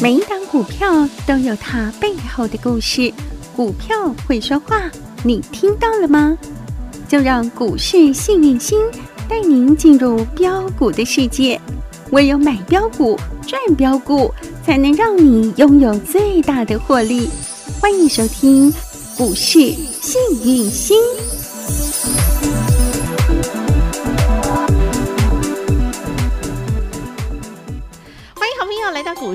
每一档股票都有它背后的故事，股票会说话，你听到了吗？就让股市幸运星带您进入标股的世界，唯有买标股、赚标股，才能让你拥有最大的获利。欢迎收听股市幸运星。欢迎好朋友来到股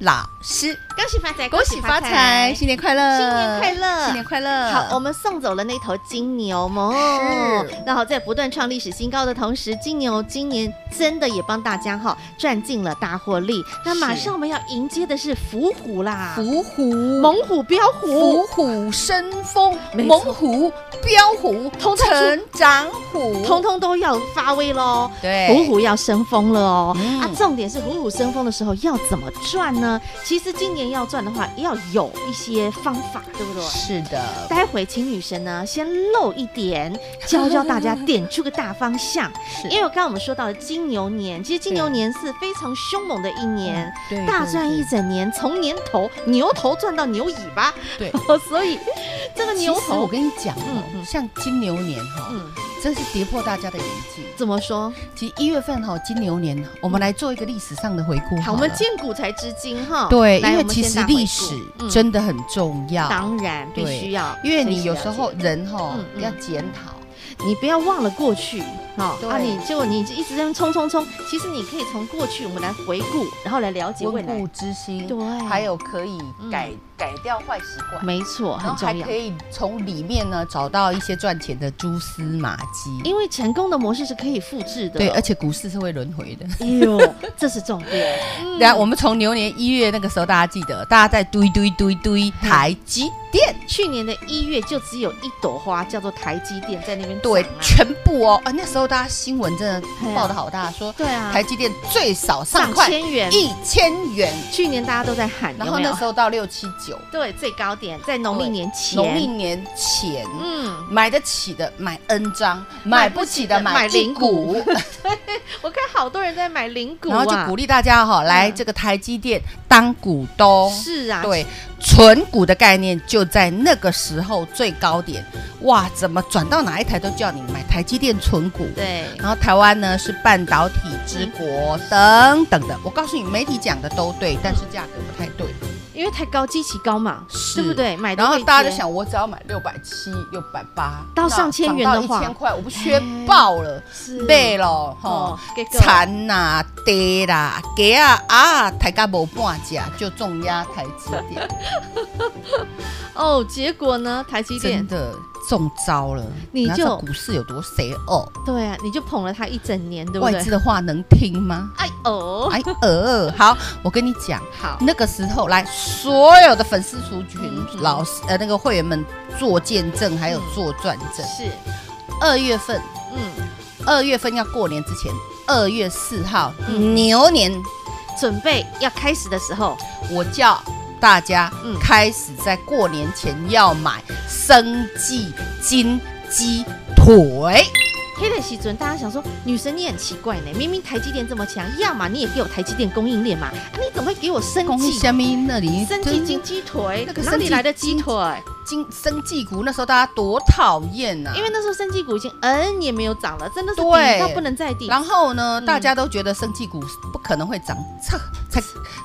老师，恭喜发财，恭喜发财，新年快乐，新年快乐新年快乐。好，我们送走了那头金牛嘛。是那好，在不断创历史新高的同时，金牛今年真的也帮大家哈赚进了大获利。那马是上我们要迎接的是伏虎啦，伏虎猛虎、彪虎，伏虎生风，没错猛虎彪虎，通通出成长虎，通通都要发威喽。对，虎虎要生风了哦！哎嗯啊，重点是虎虎生风的时候要怎么赚呢？其实今年要赚的话，要有一些方法，对不对？是的，待会请女神呢先露一点，教教大家点出个大方向。 是因为刚刚我们说到的金牛年，其实金牛对年是非常凶猛的一年，对嗯大对赚一对整年，从年头牛头赚到牛尾巴。对， 所以这个其牛实我头，跟你讲哦嗯，嗯像金牛年哈，嗯，真是跌破大家的眼镜。怎么说？其实一月份哈、金牛年，我们来做一个历史上的回顾了。好，我们见古才知今哈。对，来因我为们其先实大回历顾史嗯真的很重要，当然必对须要，因为真你是有了时候解人哈、嗯嗯要检讨，你不要忘了过去，哈、对啊，你结果你一直在那冲冲冲，其实你可以从过去我们来回顾，然后来了解未温来故，知新，对还有可以嗯改、改掉坏习惯，没错，很然后还重要可。以从里面呢找到一些赚钱的蛛丝马迹。因为成功的模式是可以复制的，对，而且股市是会轮回的。哎呦， 这是重点。嗯然后我们从牛年一月那个时候，大家记得，大家在堆堆堆嗯堆台积电，去年的一月就只有一朵花，叫做台积电，在那边对，长啊全部哦啊，那时候大家新闻真的哎呀报的好大，说对啊，台积电最少上上块千元。一千元，去年大家都在喊，然有后没有那时候到六七九，对最高点在农历年前，农历年前。嗯，买得起的买 N 张，买买不不起起的的买买零零股股，我看好多人在买零股 然后就啊鼓，励大家哈、来嗯这个台积电当股东。是啊，哦对，纯股的概念就在那个时候最高点，哇，怎么转到哪一台都叫你买台积电纯股。对，然后台湾呢是半导体之国等等的，我告诉你，媒体讲的都对，但是价格不太对。因为太高基期高嘛，是对不对？买的然后位置大家就，想，我只要买六百七、六百八到上千元的话一千块，我不缺爆了，是背了哦吼，，给个残啦、跌啦、给啊啊，台价无半价，就重压台积 电，哦，结果呢？台积电真的中招了。你知道就股市有多邪恶？对啊，你就捧了它一整年，对不外对资？的话能 听吗？哎哦，哎呃，好，我跟你讲，好，那个时候来，所有的粉丝族群、嗯老师呃那个会员们做见证，还有嗯做转正。是，二月份，嗯，二月份要过年之前，二月四号、嗯牛年，准备要开始的时候，我叫大家嗯开始在过年前要买生计金鸡腿。黑的时准，大家想说，女神你很奇怪呢，明明台积电这么强，要么你也给我台积电供应链嘛，啊你怎么会给我生恭喜计？虾米那里生计金鸡腿哎那，个哪生里技来的鸡金腿？金生计股，那时候大家多讨厌啊呐、因为那时候生技股已经 N 也没有涨了，真的是对低到不能再低。然后呢，嗯大家都觉得生技股不可能会涨，操， 才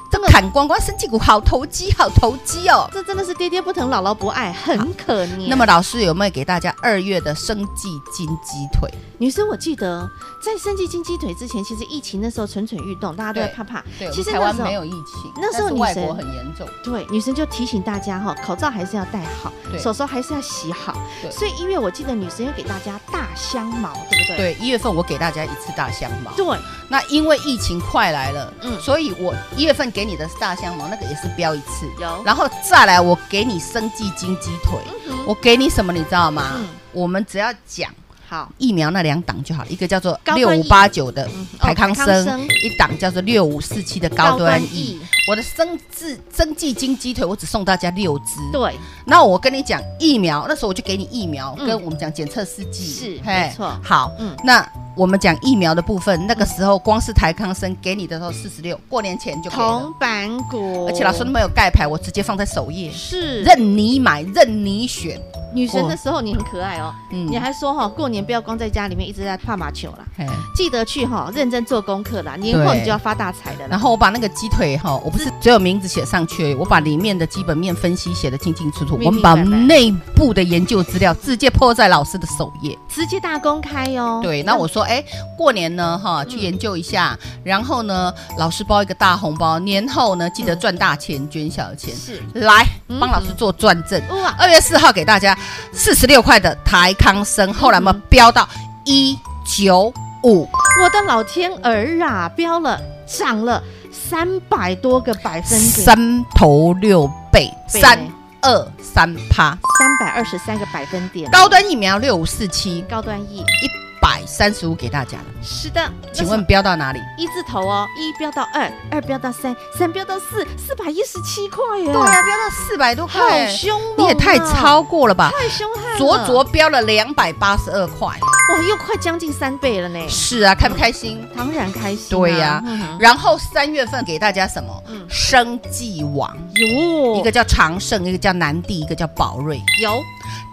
这砍光光，生技股好投机，好投机哦。这真的是爹爹不疼，姥姥不爱，很可怜。那么老师有没有给大家二月的生技金鸡腿？女生，我记得在生计金鸡腿之前，其实疫情那时候蠢蠢欲动，大家都在对怕怕。对，其实台那湾时候没有疫情，那时候但是外女神国很严重。对女生就提醒大家哈，口罩还是要戴好，对手手还是要洗好。对所以一月我记得女生有给大家大香茅，对不对？对，一月份我给大家一次大香茅。对，那因为疫情快来了，嗯嗯，所以我一月份给你的大香茅那个也是标一次，有。然后再来我给你生技金鸡腿，嗯我给你什么你知道吗？嗯我们只要讲。好，疫苗那两档就好，一个叫做高六端五疫八九的嗯哦台康台生，康生一档叫做六五四七的高高端端疫疫。我的生字生计金鸡腿，我只送大家六只。对，那我跟你讲疫苗，那时候我就给你疫苗，嗯跟我们讲检测试剂是嘿没错好，嗯那我们讲疫苗的部分，那个时候光是台康生给你的时候四十六，过年前就给了铜，板股，而且老师都没有盖牌，我直接放在首页，是任你买，任你选。女神我的时候，你很可爱哦，嗯你还说哈、过年不要光在家里面一直在怕麻球啦，嘿记得去哈、认真做功课啦，年后你就要发大财的啦。然后我把那个鸡腿哈，我不是只有名字写上去而已，我把里面的基本面分析写得清清楚楚，明明我们把白白内部的研究资料直接泼在老师的首页。直接大公开哦。对，那我说，哎，过年呢，哈，去嗯研究一下，然后呢，老师包一个大红包，年后呢，记得赚大钱，捐小钱，是来嗯帮老师做转正。哇，二月四号给大家四十六块的台康生，后来我们嗯飙到一九五，我的老天儿啊，飙了，涨了三百多个百分点，三头六倍，倍三二三趴。三百二十三个百分点，高端疫苗六五四七高端 E 一百三十五给大家了，是的，请那问是飙到哪里？一字头哦，一飙到二，二飙到三，三飙到四，四百一十七块耶，对啊，飙到四百多好块，凶猛、啊，你也太超，过了吧！太凶悍了，灼灼飙了两百八十二块，哇，又快将近三倍了呢，是啊，开不开心？当然开心、对呀嗯哼然后三月份给大家什么？嗯生计网，有一个叫长盛，一个叫南地，一个叫宝瑞。有，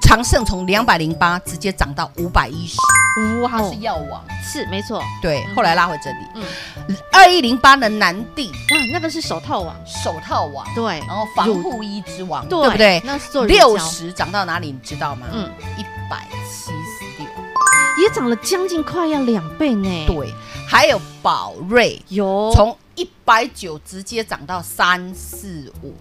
长盛从两百零八直接涨到五百一十，哇它哦是，药网，是没错，对，嗯后来拉回这嗯里。二一零八的南地那、那个是手套网，手套网，对，然后防护衣之王，对对不对？那是做乳胶六十涨到哪里，你知道吗？嗯嗯，一百七十六。也涨了将近快要两倍呢，，对，还有宝瑞，有从一百九直接涨到三四五，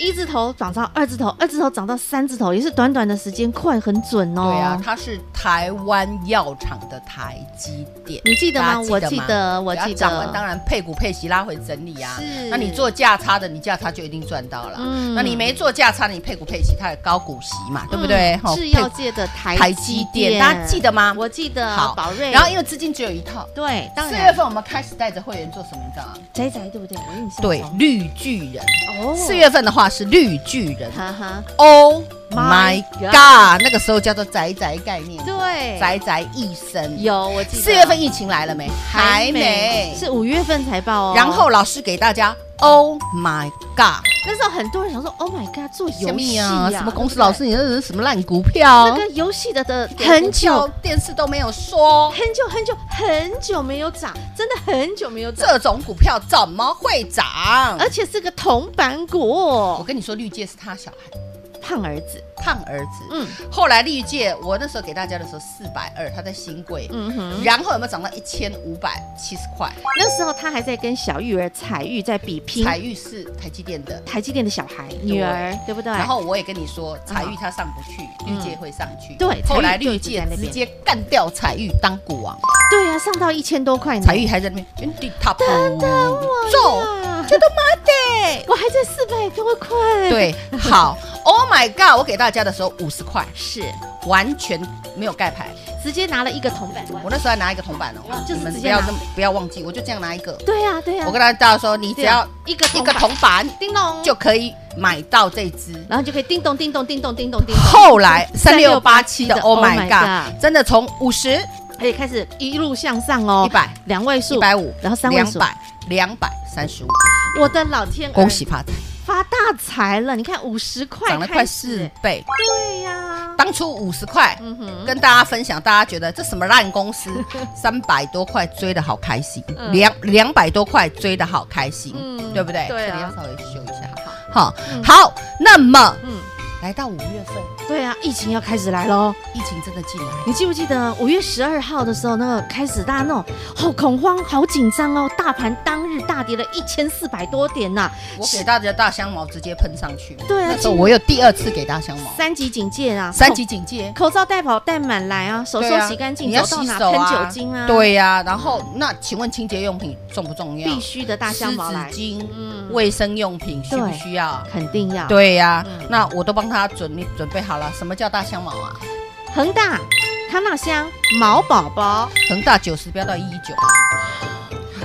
一字头涨到二字头，二字头涨到三字头，也是短短的时间，快很准哦。对啊，它是台湾药厂的台积电。你记得吗？大我家记记得吗得，我只要记得。涨完当然配股配息拉回整理啊。是那你做价差的，你价差就一定赚到了。嗯那你没做价差，你配股配息，它有高股息嘛，对不对？嗯吼制药配界的台台积电，大家记得吗？我记得好宝瑞，然后因为资金只有一套，对，当四月然份我们开始带着会员做什么，你知道吗？宅宅对不对？我印象对，中绿巨人。哦，四，月份的话是绿巨人哈哈， ，Oh My my God，那个时候叫做宅宅概念，对，宅宅一生。有我记得四月份疫情来了没？还没。是五月份财报哦。然后老师给大家 Oh my God，那时候很多人想说，Oh my God，做游戏啊啊，什么公司？对不对老师，你那是什么烂股票那？个游戏的的连很久电视都没有说，很久很久很久没有涨，真的很久没有涨，这种股票怎么会涨？而且是个铜板我股，跟你说，绿界是他小孩，胖儿子，胖儿子。嗯后来绿界，我那时候给大家的时候四百二，他在新贵，嗯哼，然后有没有涨到一千五百七十块？那时候他还在跟小玉儿彩玉在比拼，彩玉是台积电的，台积电的小孩女儿，对不对？然后我也跟你说，彩玉它上不去，嗯绿界会上去。对后来彩玉就绿一直在界那边直接干掉彩玉当股王，对呀、啊，上到一千多块呢，彩玉还在那边原地踏步，走，啊，这都妈的。我还在四百多块，，对，好，Oh my God！我给大家的时候五十块，是完全没有盖牌。直接拿了一个铜板，我那时候还拿一个铜板哦，啊就是你们直不接要拿那么不要忘记，我就这样拿一个。对呀、啊、对呀、啊，我跟大家说，你只对啊要一个一个板铜板叮咚就可以买到这只。然后就可以叮咚叮咚叮咚叮咚叮咚，后来三六八七的 Oh my my God，真的从五十、而且开始一路向上哦， 100两位数，一百五，然后三位两数，百、两百三十五，我的老天，恭喜，发财，发大财了！你看五十块涨了快开始四，倍。对呀，当初五十块，嗯哼，跟大家分享，大家觉得这什么烂公 司，三百多块追的好开心，嗯两两百多块追的好开心，嗯对不对？对这里啊要稍微修一下，好，好嗯，好，那么嗯，来到五月份，对啊，疫情要开始来喽！疫情真的进来了。你记不记得五月十二号的时候，那个开始大家那种好恐慌、好紧张哦，大盘当日大跌了一千四百多点呐、我给大家大香茅直接喷上去，对啊那时候我有第二次给大香茅，三级警戒啊，三级警戒，口口罩戴好戴满来啊，手对手啊洗干净，你要走到洗哪手喷啊，酒精啊，，对呀、然后那请问清洁用品重不重要？必须的大香茅来湿，纸巾、嗯卫生用品需不需要？肯定要。对呀、嗯那我都帮他准备准备好了。什么叫大香茅啊？恒大、康纳香、毛宝宝，恒大九十飙到一一九，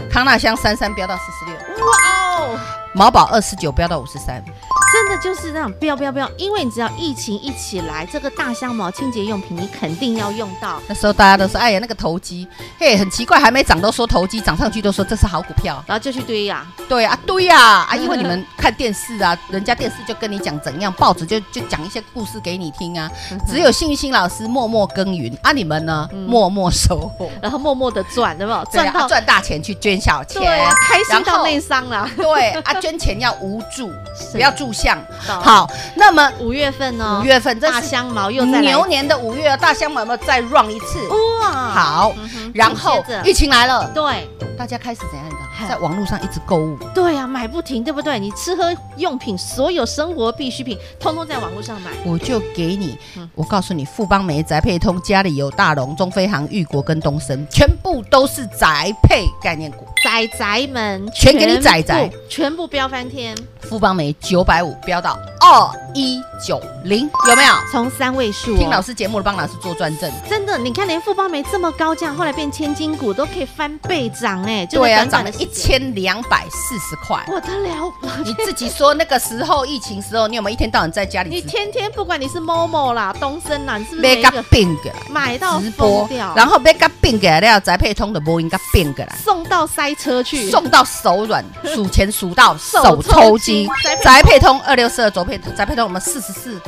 康纳香三三飙到四十六，哇哦，毛宝二十九飙到五十三，真的就是那种不要不要不要，因为你只要疫情一起来，这个大香茅清洁用品你肯定要用到。那时候大家都说，哎呀，那个投机，嘿，很奇怪，还没涨都说投机，涨上去都说这是好股票。然后就去堆呀、对啊，对呀、啊，因为你们看电视啊， 人家电视就跟你讲怎样，报纸就就讲一些故事给你听啊。只有幸运星老师默默耕耘，啊，你们呢，嗯默默收获，然后默默的赚，对吧？对 啊赚到、赚大钱去捐小钱对，啊，开心然到后内伤了。对啊，捐钱要无助， 是不要助相。到好，那么五月份呢、五月份这大是香茅又在牛年的五月，大香有没有再 run 一次？哇，好，嗯哼然后紧接着疫情来了，对大家开始怎样？你知道嗨在网络上一直购物，对呀、买不停，对不对？你吃喝用品，所有生活必需品，通通在网络上买。我就给你嗯，我告诉你，富邦梅宅配通、家里有大龙、中飞航、裕国跟东升，全部都是宅配概念股。仔仔们全给你仔仔全部，全部飙翻天，富邦梅九百五飙到二一九零，有没有？从三位数、哦。听老师节目的帮老师做转正，真的，你看连富邦没这么高价，后来变千金股都可以翻倍涨哎、就对在啊，短涨短了的一时间，千两百四十 块。我得了，你自己说那个时候疫情时候，你有没有一天到晚在家你里直天天不管你是某某啦、东升啦，你是不是每被一个个病过来？买到直疯播掉，，然后被个病过来了，宅配通的播音个病过来。送到塞车去，送到手软，数钱数到手抽手抽筋筋。宅宅配通二六四二，卓配宅配通我们四十四，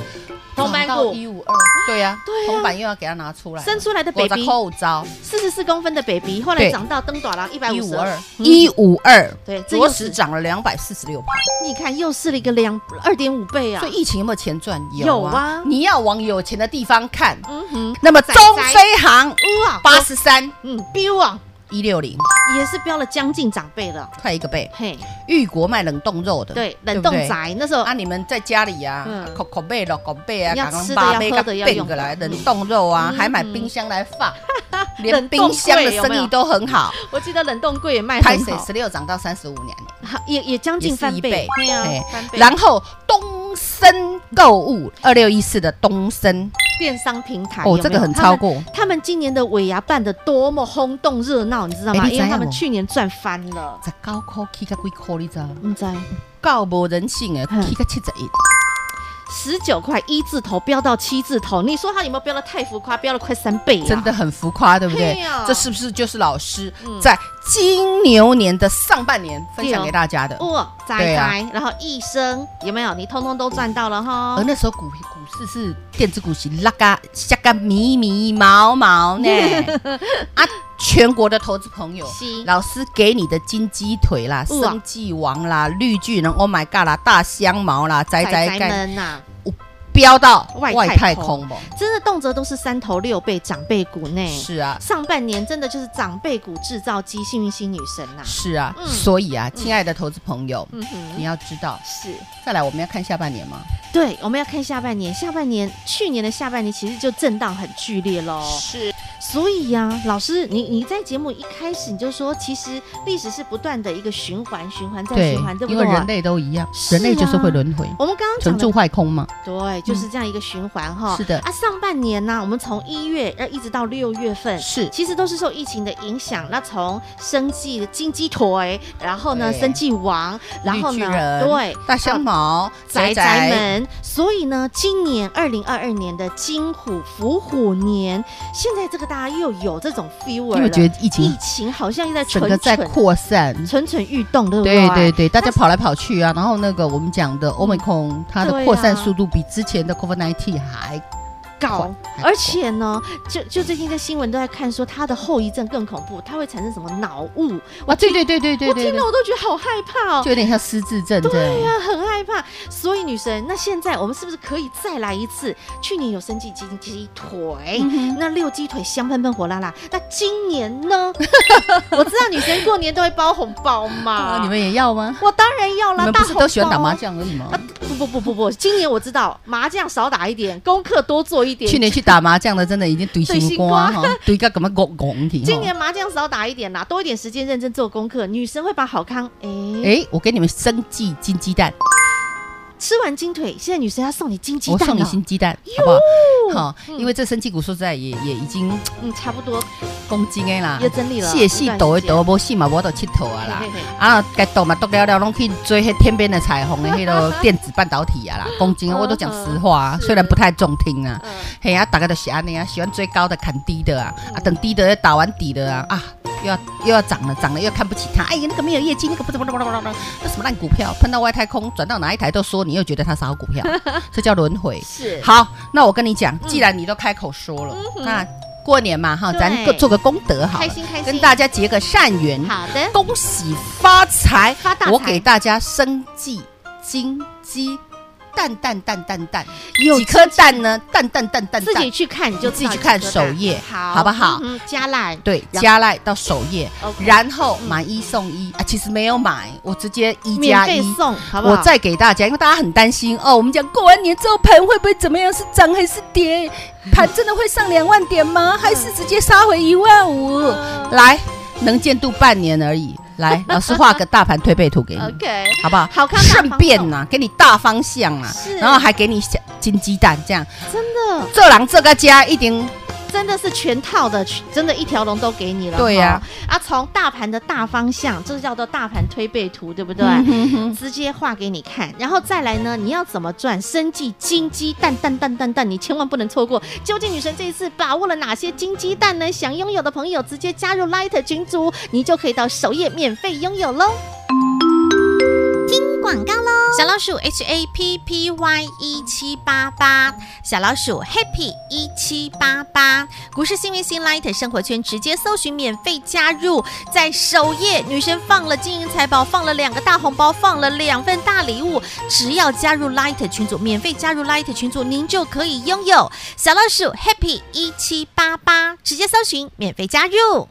铜板股一五二，对呀、对啊铜板又要给它拿出来，生出来的我的 baby 扣招四十四公分的 baby，后来对长到登短廊一百一五五十二二，一五二，对，这着又实是涨了两百四十六趴。你看又是了一个两二点五倍啊所以，疫情有没有钱赚？有啊你要往有钱的地方看。嗯哼，那么仔中仔飞航哇，八十三嗯，biu 啊，一六零，也是标了将近长辈了，快一个倍。嘿，玉国卖冷冻肉的，对，对冷不冻对宅那时候啊，你们在家里呀、啊哦嗯，口口贝咯，口贝啊，你要港龙吃的八要杯喝的要变用过的来，冷冻肉啊嗯，还买嗯冰箱来 放，冷冻连冰箱的柜有没生有意都很好。我记得冷冻柜也卖拍很水好十，六涨到三十五年，好也也将近也是翻一倍倍，，对呀嘿，翻倍。然后东升购物二六一四的东升，电商平台有哦没，有这个很超。过。他们他们今年的尾牙办的多么轰动热闹，你知道吗？哎你因为他知道们吗去年赚翻了，十九块起个几块你知道吗？你知道？够无人性诶嗯，起个七十一，十九块一字头飙到七字头，你说他有没有飙到太浮夸？飙了快三倍、啊，真的很浮夸，对不对嘿呀？这是不是就是老师嗯在金牛年的上半年分对享哦给大家的？哇，仔对啊仔，然后一生有没有？你通通都赚到了哈而。哦那时候股股市是电子股息拉嘎下个迷迷毛毛 呢啊！全国的投资朋友是，老师给你的金鸡腿啦、哇生计王啦、绿巨人、Oh my God 啦、大香茅啦、宅仔宅仔盖们呐、飙到外外太太空哎空吧？真的动辄都是三头六倍长辈股呢。是啊，上半年真的就是长辈股制造机幸运星女神呐、是啊，嗯所以啊，亲爱的投资朋友，嗯你哼，要知道，是再来我们要看下半年吗？对，我们要看下半年。下半年去年的下半年其实就震荡很剧烈喽，是，所以呀、老师，你你在节目一开始你就说，其实历史是不断的一个循环，循环再对循环，对，不因为对？人类都一样，是啊人类就是会轮回，我们刚刚成讲住的坏空嘛。对，就是这样一个循环哈、嗯是的啊，上半年呢、我们从一月呃一直到六月份，是其实都是受疫情的影响。那从生计的金鸡腿，然后呢对生计王，然后绿巨呢人对大香茅、宅宅们，所以呢，今年二零二二年的金虎伏虎年，现在这个大家又有这种 feel 因为了。觉得疫疫情情好像又在整蠢个在蠢扩散，蠢蠢欲动，对不对对对对，大家但是嗯跑来跑去啊，然后那个我们讲的 Omicron，它对啊的扩散速度比之前的 COVID-19 还搞快，还而且呢，就就最近在新闻都在看说它的后遗症更恐怖，它会产生什么脑雾？哇，啊对对对对对我对听对了，我都觉得好害怕哦就。有点像失智症这对样。呀、很害怕。所以女神，那现在我们是不是可以再来一次？去年有生计鸡鸡腿，嗯那六鸡腿香喷喷火辣辣。那今年 呢？我知道女神过年都会包红包嘛，啊，你们也要吗？我当然要你啦，们大不是都喜欢打麻红包？将而已吗啊？，不不不不不，今年我知道麻将少打一点，功课多做一点。去年去打麻将的，真的已经堆堆心心瓜瓜哈，堆个什么拱拱体。今年麻将少打一点啦，多一点时间认真做功课，女神会把好康哎、哎，我给你们生计金鸡蛋，吃完鸡腿，现在女神要送你金鸡我蛋啊送你了，新鸡蛋，好不好？好，嗯因为这生计股说实在也也已经嗯，差不多讲真的啦又，整理了，戏的戏抖一抖，无戏嘛，我都佚佗段啊时间啦嘿。嘿嘿啊，该抖嘛抖了了，拢去追迄天边的彩虹的迄个电子半导体啊啦。讲真的，我都讲实话啊，是虽然不太中听啊。嗯嘿啊，大概都是安尼啊，喜欢追高的砍低的啊，啊等低的打完底的啊，啊又要又要涨了，涨了又看不起它，哎呀那个没有业绩，那个不怎么不怎么不怎么，那什么烂股票，喷到外太空，转到哪一台都说你又觉得它是好股票，这叫轮回。是好，那我跟你讲，既然你都开口说了，那过年嘛哈，咱对各做个功德好开了，心开心，跟大家结个善缘，好的恭喜发财，发大财我给大家生计金鸡。蛋蛋蛋蛋蛋，有几颗蛋呢？蛋蛋蛋蛋蛋，自己去看你就知自己道去有看多首大页好好不好嗯哼加赖对，然加赖到首页， OK，然后嗯买一送一啊，其实没有买，我直接一免加费一。送，好不好？我再给大家，因为大家很担心哦。我们讲过完年之后盘会不会怎么样？是涨还是跌？盘真的会上两万点吗？还是直接杀回一万五？嗯来，能见度半年而已。 来，老师画个大盘推背图给你， OK，好不好？好看大顺方便向呐、给你大方向啊是，然后还给你小金鸡蛋，这样真的这狼这个家一定真的是全套的，真的一条龙都给你了。对呀哈啊，从大盘的大方向，这叫做大盘推背图，对不对？嗯直接画给你看，然后再来呢，你要怎么赚？生计、金鸡蛋、蛋蛋蛋蛋，你千万不能错过。究竟女神这一次把握了哪些金鸡蛋呢？想拥有的朋友直接加入 Light 群组，你就可以到首页免费拥有喽。广告喽！小老鼠 H A P P Y 一七八八，小老鼠 Happy 一七八八，股市幸运星 Light 生活圈直接搜寻免费加入，在首页女神放了金银财宝，放了两个大红包，放了两份大礼物，只要加入 Light 群组，免费加入 Light 群组，您就可以拥有小老鼠 Happy 一七八八，直接搜寻免费加入。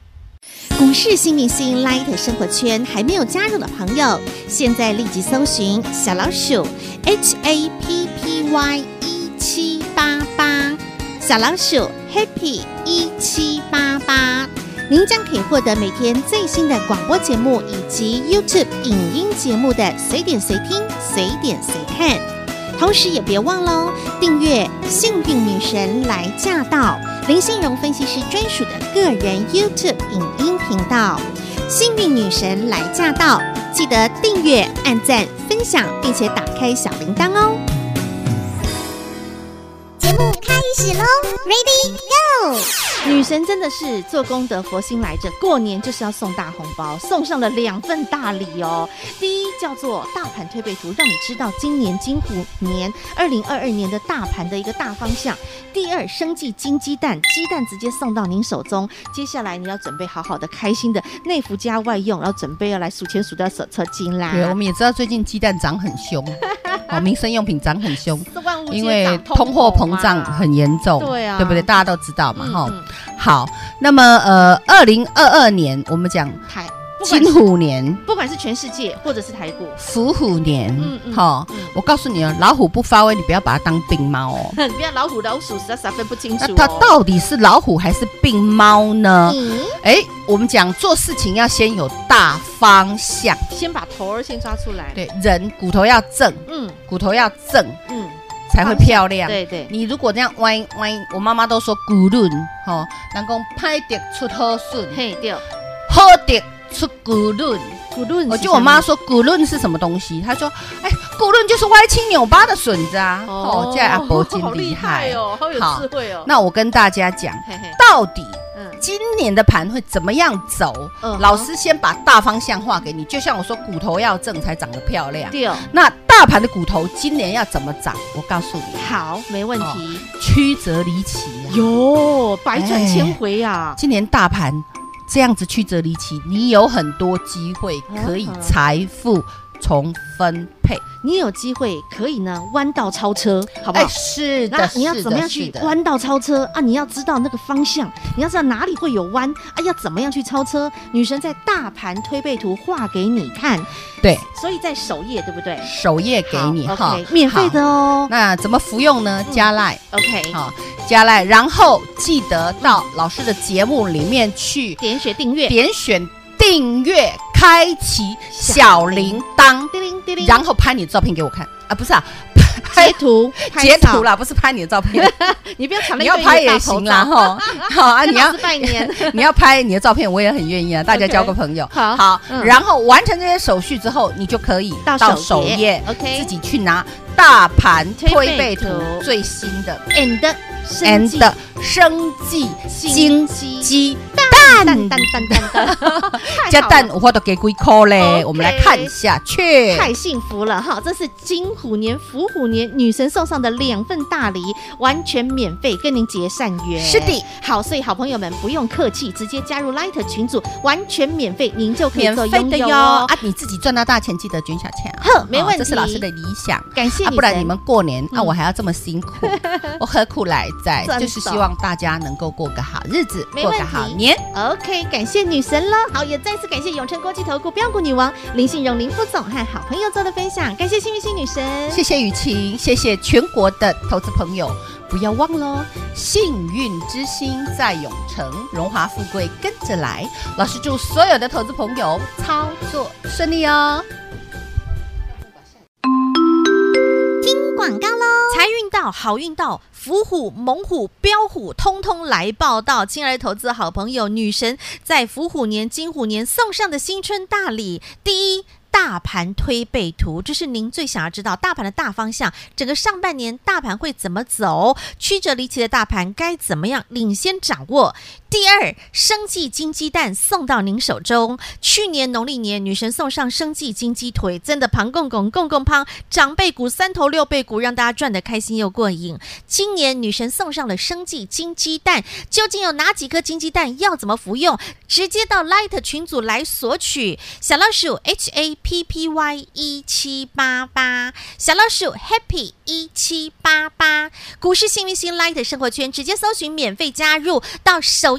股市新明星 Light 生活圈还没有加入的朋友，现在立即搜寻小老鼠 HAPPY 一七八八，小老鼠 Happy 一七八八，您将可以获得每天最新的广播节目以及 YouTube 影音节目的随点随听、随点随看。同时也别忘喽，订阅《幸运女神来驾到》林信荣分析师专属的个人 YouTube 影音频道《幸运女神来驾到》，记得订阅、按赞、分享，并且打开小铃铛哦。女神真的是做功德，佛心来着。过年就是要送大红包，送上了两份大礼哦。第一叫做大盘推背图，让你知道今年金虎年二零二二年的大盘的一个大方向。第二，生计金鸡蛋，鸡蛋直接送到您手中。接下来你要准备好好的、开心的内服加外用，然后准备要来数钱数到手抽筋啦。 对，我们也知道最近鸡蛋涨很 凶，哦，民生用品涨很凶，四万五因为通货膨胀很严重，对啊对不对？大家都知道嘛，哈、嗯好，那么呃，二零二二年我们讲台，不管金是虎年、不管是全世界或者是台股，伏虎年嗯，嗯哈、嗯我告诉你哦，老虎不发威，你不要把它当病猫 哦。你不要老虎老鼠实在是分不清楚、那哦。它到底是老虎还是病猫呢？嗯哎、我们讲做事情要先有大方向，先把头儿先抓出来。，对，人骨头要正，嗯骨头要正嗯，才会漂亮。对对，你如果这样歪歪，我妈妈都说骨论吼，人讲歹得出好顺，嘿对，好得出骨论。不论我是就我妈什说骨论是什么东西，她说，哎，骨论就是歪七扭八的笋子啊。么哦，这样阿伯 真好厉厉害害。哦，好有好智慧哦。那我跟大家讲，嘿嘿，到底嗯今年的盘会怎么样走嗯？哼老师先把大方向画给你，就像我说，骨头要正才长得漂亮。对哦，那大盘的骨头今年要怎么长？我告诉你，好，没问题。曲折离奇哦啊。哟，百转哎千回啊呀，今年大盘这样子曲折离奇，你有很多机会可以财富重分配。你有机会可以呢弯道超车，好不哎，好？是的那，你要是的怎么样是去的弯道超车啊？你要知道那个方向，你要知道哪里会有弯啊，要怎么样去超车？女神在大盘推背图画给你看，对，所以在首页对不对？首页给你好哈 OK，，免费的好。哦。那怎么服用呢？加赖 OK，好，加赖，然后记得到老师的节目里面去点选订阅，点选订阅，开启小铃铛，叮铃叮铃，然后拍你的照片给我看啊，不是啊，截图 截图了，啦，不是拍你的 照片，你不要抢那你个要拍也行啦哈。好啊，你要是拜 年，你要拍你的照片，我也很愿意啊，大家 OK，交个朋友。好嗯然后完成这些手续之后，你就可以到首页，OK 自己去拿大盘推背图推背图最新的 and 生 and 计生计新经鸡鸡蛋蛋蛋蛋蛋蛋， 加太好蛋了，我都给几颗嘞 OK 我们来看一下，去太幸福了哈！这是金虎年、伏虎年女神送上的两份大礼，完全免费，跟您结善缘。是的，好，所以好朋友们不用客气，直接加入 Light 群组，完全免费，您就可以免做费拥的有哟哦啊！！你自己赚到大钱，记得捐小钱啊，呵没问题这是老师的理想。感谢啊，女不然神你们过年啊，嗯我还要这么 辛苦，我何苦来哉真？的就是希望大家能够过个好日子，没过问个题嗯好年。 OK，感谢女神了。好，也再次感谢永诚国际投顾标股女王林信荣林副总和好朋友做的分享，感谢幸运星女神。谢谢雨晴，谢谢全国的投资朋友，不要忘喽，幸运之星在永城，荣华富贵跟着来。老师祝所有的投资朋友操作顺利哦。广告喽！财运到，好运到，伏虎、猛虎、彪虎，通通来报道。亲儿投资好朋友女神在伏虎年、金虎年送上的新春大礼，第一。大盘推背图，这是您最想要知道大盘的大方向，整个上半年大盘会怎么走，曲折离奇的大盘该怎么样领先掌握。第二，生计金鸡蛋送到您手中。去年农历年，女神送上生计金鸡腿，真的庞公公公公胖，长辈股三头六倍股，让大家赚得开心又过瘾。今年女神送上了生计金鸡蛋，究竟有哪几颗金鸡蛋？要怎么服用？直接到 Light 群组来索取。小老鼠 H A P P Y 一七八八，小老鼠 Happy 一七八八，股市幸运星 Light 生活圈直接搜寻免费加入，到首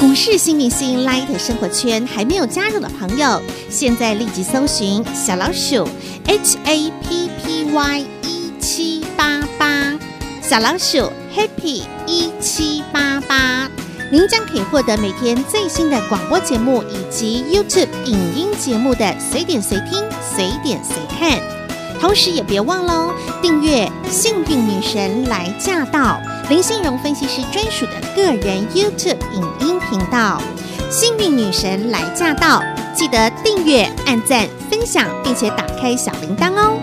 股市新明星 Light 生活圈还没有加入的朋友，现在立即搜寻小老鼠 HAPPY 一七八八，小老鼠 Happy 一七八八，您将可以获得每天最新的广播节目以及 YouTube 影音节目的随点随听、随点随看。同时也别忘喽，订阅《幸运女神来驾到》林信荣分析师专属的个人 YouTube 影音频道《幸运女神来驾到》，记得订阅、按赞、分享，并且打开小铃铛哦。